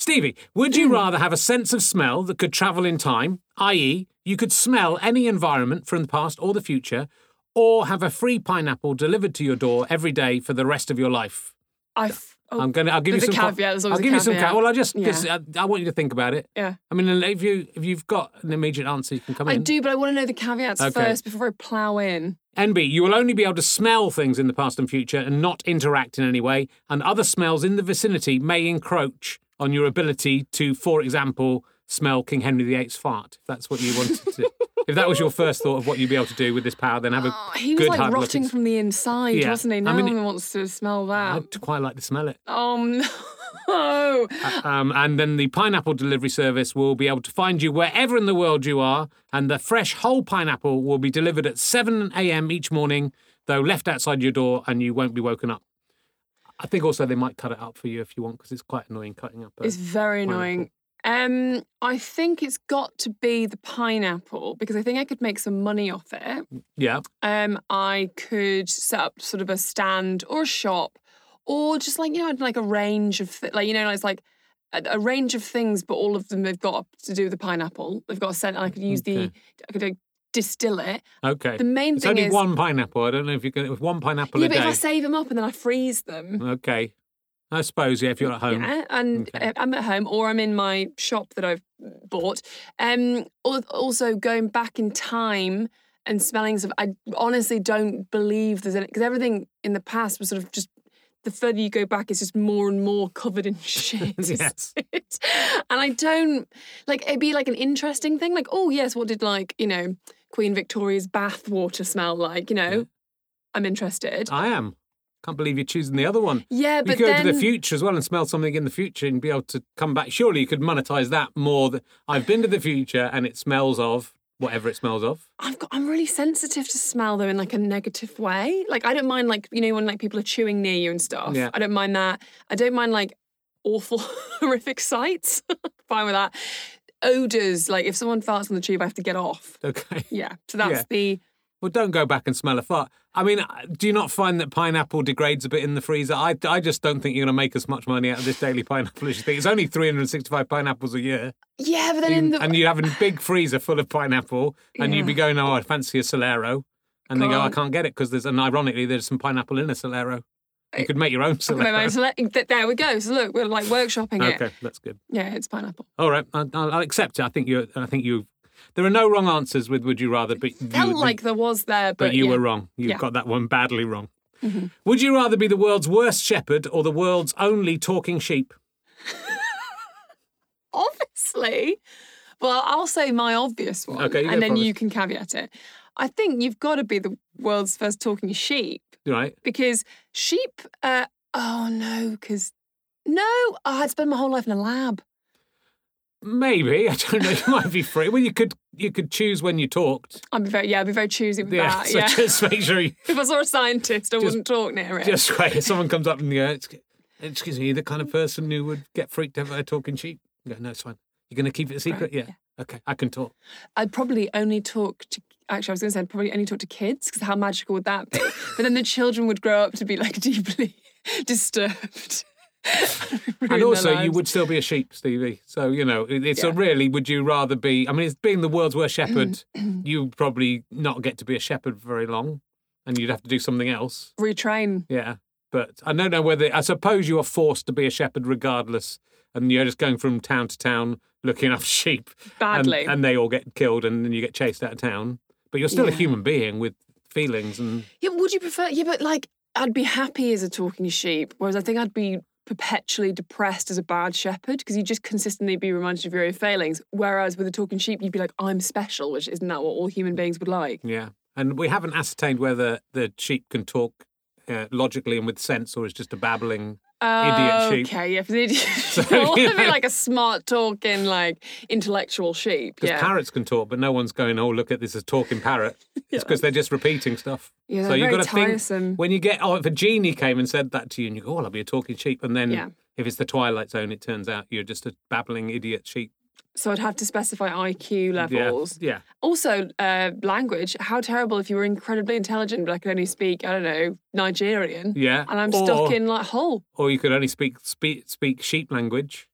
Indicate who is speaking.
Speaker 1: Stevie, would
Speaker 2: Mm.
Speaker 1: you rather have a sense of smell that could travel in time, i.e., you could smell any environment from the past or the future, or have a free pineapple delivered to your door every day for the rest of your life?
Speaker 2: I. F- oh,
Speaker 1: I'm gonna. I'll give you
Speaker 2: there's
Speaker 1: some.
Speaker 2: a
Speaker 1: co-
Speaker 2: caveat. There's
Speaker 1: I'll
Speaker 2: always a
Speaker 1: give you some.
Speaker 2: caveat.
Speaker 1: Ca- well, I just.
Speaker 2: Yeah.
Speaker 1: just I, I want you to think about it.
Speaker 2: Yeah.
Speaker 1: I mean, if you if you've got an immediate answer, you can come
Speaker 2: I
Speaker 1: in.
Speaker 2: do, but I want to know the caveats
Speaker 1: Okay.
Speaker 2: first before I plow in.
Speaker 1: NB, you will only be able to smell things in the past and future and not interact in any way, and other smells in the vicinity may encroach on your ability to, for example, smell King Henry VIII's fart. If that's what you wanted to If that was your first thought of what you'd be able to do with this power, then have a
Speaker 2: Oh, he was
Speaker 1: good
Speaker 2: like
Speaker 1: hard
Speaker 2: rotting
Speaker 1: look. at-
Speaker 2: from the inside,
Speaker 1: Yeah.
Speaker 2: wasn't
Speaker 1: I
Speaker 2: he? No
Speaker 1: mean,
Speaker 2: one wants to smell that.
Speaker 1: I'd quite like to smell it.
Speaker 2: Um, no.
Speaker 1: Um, and then the pineapple delivery service will be able to find you wherever in the world you are, and the fresh whole pineapple will be delivered at 7 a.m. each morning, though left outside your door, and you won't be woken up. I think also they might cut it up for you if you want, because it's quite annoying cutting up. A...
Speaker 2: It's very annoying. Um, I think it's got to be the pineapple because I think I could make some money off it.
Speaker 1: Yeah,
Speaker 2: Um, I could set up sort of a stand or a shop, or just like you know, like a range of th- like you know, it's like a, a range of things, but all of them they've got to do with the pineapple. They've got a scent. and I could use the, I could uh, distill it.
Speaker 1: okay.
Speaker 2: The main
Speaker 1: it's
Speaker 2: thing
Speaker 1: only
Speaker 2: is
Speaker 1: one pineapple. I don't know if you can. If one pineapple
Speaker 2: yeah,
Speaker 1: a
Speaker 2: but if I
Speaker 1: day.
Speaker 2: save them up and then I freeze them.
Speaker 1: Okay. I suppose, yeah, if you're at home.
Speaker 2: Yeah, and
Speaker 1: Okay.
Speaker 2: uh, I'm at home or I'm in my shop that I've bought. Um, al- also going back in time and smelling stuff. I honestly don't believe there's any because everything in the past was sort of just the further you go back, it's just more and more covered in shit.
Speaker 1: Yes.
Speaker 2: it. And I don't like it'd be like an interesting thing, like, oh yes, what did like, you know, Queen Victoria's bath water smell like, you know? I'm interested.
Speaker 1: I am. Can't believe you're choosing the other one.
Speaker 2: yeah,
Speaker 1: Uh, You
Speaker 2: but
Speaker 1: go
Speaker 2: then
Speaker 1: to the future as well and smell something in the future and be able to come back. Surely you could monetize that more. Than, I've been to the future and it smells of whatever it smells of.
Speaker 2: I've got I'm really sensitive to smell though in like a negative way. Like I don't mind like you know when like people are chewing near you and stuff.
Speaker 1: Yeah.
Speaker 2: I don't mind that. I don't mind like awful horrific sights. Fine with that. Odors like if someone farts on the tube, I have to get off.
Speaker 1: Okay.
Speaker 2: Yeah. So that's
Speaker 1: Yeah.
Speaker 2: the
Speaker 1: Well, don't go back and smell a fart. I mean, uh, do you not find that pineapple degrades a bit in the freezer? I, I just don't think you're going to make as much money out of this daily pineapple as you think. It's only 365 pineapples a year.
Speaker 2: yeah. But then in the
Speaker 1: and you have a big freezer full of pineapple and you'd be going, oh, I fancy a Solero. And they go, "Oh, I
Speaker 2: Can't.
Speaker 1: can't get it because there's, and ironically, there's some pineapple in a Solero. You could make your own Solero.
Speaker 2: Okay, right, so let- th- there we go. So look, we're like workshopping it.
Speaker 1: Okay, that's good.
Speaker 2: Yeah, it's pineapple.
Speaker 1: All right, I- I'll, I'll accept it. I think you. I think you. There are no wrong answers with "Would you rather," but you,
Speaker 2: Felt like there was there, but,
Speaker 1: but you
Speaker 2: yeah.
Speaker 1: were wrong. You
Speaker 2: Yeah. Mm-hmm.
Speaker 1: got that one badly wrong. Would you rather be the world's worst shepherd or the world's only talking sheep?
Speaker 2: obviously. Well, I'll say my obvious one,
Speaker 1: Okay, you go
Speaker 2: and then
Speaker 1: for it.
Speaker 2: you can caveat it. I think you've got to be the world's first talking sheep
Speaker 1: Right?
Speaker 2: because sheep. Uh, oh no, because no, oh, I'd spend my whole life in a lab.
Speaker 1: Maybe I don't know. You might be free. Well, you could you could choose when you talked.
Speaker 2: I'd be very yeah, I'd be very choosy with
Speaker 1: Yeah.
Speaker 2: that.
Speaker 1: so
Speaker 2: yeah,
Speaker 1: just make sure you
Speaker 2: if I saw a scientist, I wouldn't talk near it.
Speaker 1: just wait. If someone comes up and you go, "Exc- "Excuse me," the kind of person who would get freaked out by a talking sheep. You go, "No, it's fine. You're going to keep it a secret." Yeah. Okay, I can talk.
Speaker 2: I'd probably only talk to. Actually, I was going to say I'd probably only talk to kids because how magical would that be? but then the children would grow up to be like deeply disturbed.
Speaker 1: And
Speaker 2: Ruin their
Speaker 1: also, you
Speaker 2: lives.
Speaker 1: would still be a sheep, Stevie. So you know, it- it's a really. Would you rather be? I mean, it's being the world's worst shepherd. you probably not get to be a shepherd for very long, and you'd have to do something else.
Speaker 2: retrain.
Speaker 1: Yeah, but I don't know whether. I suppose you are forced to be a shepherd regardless, and you're just going from town to town looking after sheep and-
Speaker 2: Badly.
Speaker 1: and, they all get killed, and then you get chased out of town. But you're still a
Speaker 2: Yeah.
Speaker 1: human being with feelings and
Speaker 2: Yeah, would you prefer? Yeah, but like I'd be happy as a talking sheep, whereas I think I'd be perpetually depressed as a bad shepherd because you'd just consistently be reminded of your own failings. Whereas with a talking sheep, you'd be like, "I'm special," which isn't that what all human beings would like?
Speaker 1: yeah. And we haven't ascertained whether the sheep can talk uh, logically and with sense, or it's just a babbling. Idiot sheep.
Speaker 2: Okay, yeah, for the idiot. sheep.
Speaker 1: you
Speaker 2: I want to be
Speaker 1: know-
Speaker 2: like a smart talking, like intellectual sheep.
Speaker 1: Because
Speaker 2: Yeah.
Speaker 1: parrots can talk, but no one's going, oh, look at this, a talking parrot. It's because they're just repeating stuff.
Speaker 2: Yeah,
Speaker 1: so
Speaker 2: they're
Speaker 1: you've
Speaker 2: very
Speaker 1: got to
Speaker 2: tiresome.
Speaker 1: think when you get, oh, if a genie came and said that to you and you go, oh, I'll be a talking sheep. And then
Speaker 2: Yeah.
Speaker 1: if it's the Twilight Zone, it turns out you're just a babbling idiot sheep.
Speaker 2: so I'd have to specify IQ
Speaker 1: Yeah.
Speaker 2: levels.
Speaker 1: Yeah.
Speaker 2: Also, uh, language. How terrible if you were incredibly intelligent, but I could only speak, I don't know, Nigerian.
Speaker 1: Yeah.
Speaker 2: And I'm
Speaker 1: Or-
Speaker 2: stuck in like Hull.
Speaker 1: Or you could only speak, speak, speak sheep language.